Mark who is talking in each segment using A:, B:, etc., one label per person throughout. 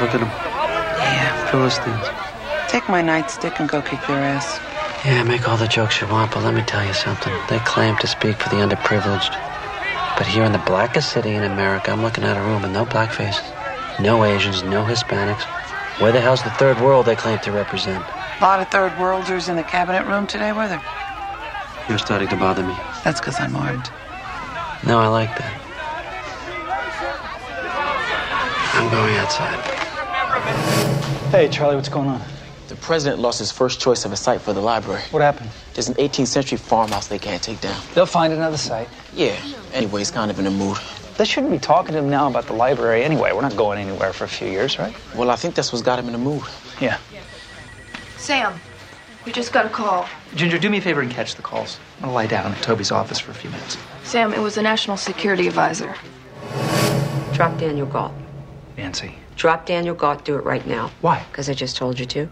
A: Look at them.
B: Yeah,
A: Philistines.
B: take my nightstick and go kick their ass.
A: Yeah, make all the jokes you want, but let me tell you something. They claim to speak for the underprivileged. But here in the blackest city in America, I'm looking at a room with no black faces, no Asians, no Hispanics. Where the hell's the third world they claim to represent?
B: A lot of third worlders in the cabinet room today, were there?
A: You're starting to bother me.
B: That's because I'm armed.
A: No, I like that. I'm going outside.
C: Hey, Charlie, what's going on?
D: The president lost his first choice of a site for the library.
C: What happened?
D: There's an 18th century farmhouse they can't take down.
C: They'll find another site.
D: Yeah. Anyway, he's kind of in a mood.
C: They shouldn't be talking to him now about the library anyway. We're not going anywhere for a few years, right?
D: Well, I think that's what's got him in a mood.
C: Yeah.
E: Sam, we just got a call.
F: Ginger, do me a favor and catch the calls. I'm gonna lie down at Toby's office for a few minutes.
E: Sam, it was the National Security Advisor.
G: Drop Daniel Galt.
F: Nancy,
G: Drop Daniel Galt. Do it right now.
F: Why?
G: Because I just told you to.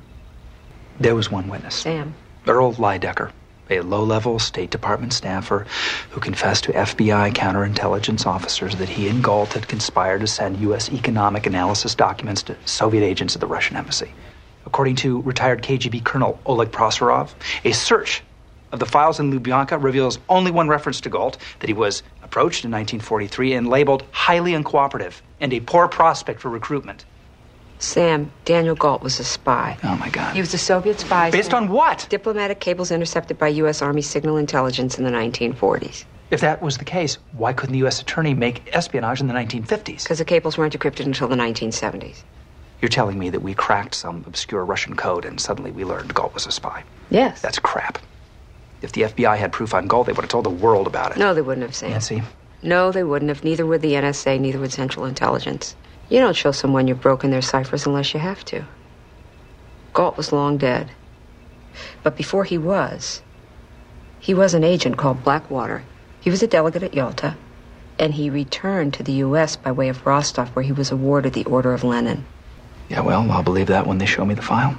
F: there was one witness
G: Sam.
F: Earl Lidecker, a low level State Department staffer who confessed to FBI counterintelligence officers that he and Galt had conspired to send U.S. economic analysis documents to Soviet agents at the Russian embassy. According to retired KGB Colonel Oleg Prosorov, a search of the files in Lubyanka reveals only one reference to Galt that he was approached in 1943 and labeled highly uncooperative and a poor prospect for recruitment.
G: Sam. Daniel Galt was a spy.
F: Oh my God.
G: He was a Soviet spy.
F: Based on what?
G: Diplomatic cables intercepted by U.S. Army signal intelligence in the 1940s.
F: If that was the case, why couldn't the U.S. attorney make espionage in the 1950s?
G: Because the cables weren't decrypted until the 1970s.
F: You're telling me that we cracked some obscure Russian code and suddenly we learned Galt was a spy.
G: Yes.
F: That's crap. If the FBI had proof on Galt, they would have told the world about it.
G: No, they wouldn't have, Sam.
F: Nancy,
G: No, they wouldn't have. Neither would the NSA, neither would Central Intelligence. You don't show someone you've broken their ciphers unless you have to. Galt was long dead. But before he was, he was an agent called Blackwater. He was a delegate at Yalta, and he returned to the U.S. by way of Rostov, where he was awarded the Order of Lenin.
F: Yeah, well, I'll believe that when they show me the file.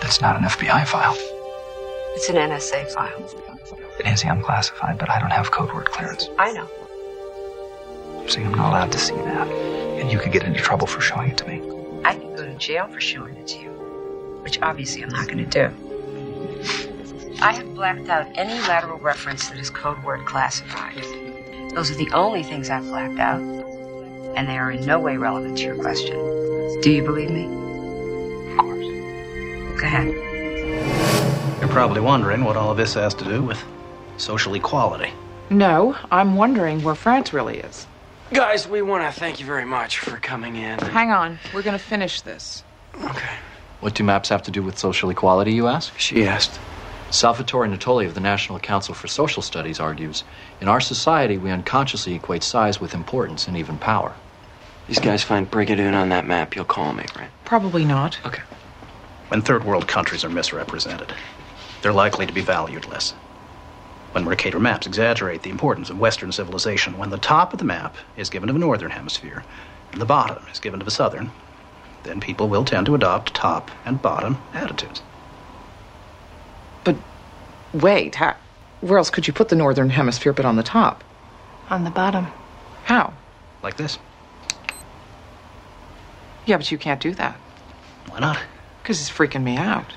F: That's not an FBI file.
G: It's an NSA file.
F: Nancy, I'm classified, but I don't have code word clearance,
G: I know.
F: so I'm not allowed to see that. And you could get into trouble for showing it to me.
G: I could go to jail for showing it to you, which obviously I'm not going to do. I have blacked out any lateral reference that is code word classified. Those are the only things I've blacked out, and they are in no way relevant to your question. Do you believe me? Of course. Go ahead.
H: You're probably wondering what all of this has to do with social equality.
I: No, I'm wondering where France really is.
A: Guys, we want to thank you very much for coming in.
I: Hang on, we're gonna finish this.
J: What do maps have to do with social equality, you ask?
A: She asked.
J: Salvatore Natoli of the National Council for Social Studies argues In our society, we unconsciously equate size with importance and even power.
A: These guys find Brigadoon on that map. You'll call me, right?
I: Probably not.
A: Okay.
H: When third world countries are misrepresented, they're likely to be valued less. When Mercator maps exaggerate the importance of Western civilization, when the top of the map is given to the Northern Hemisphere and the bottom is given to the Southern, then people will tend to adopt top and bottom attitudes.
I: But wait, how, where else could you put the northern hemisphere but on the top?
E: On the bottom.
I: How?
H: Like this.
I: Yeah, but you can't do that
H: Why not?
I: because it's freaking me out.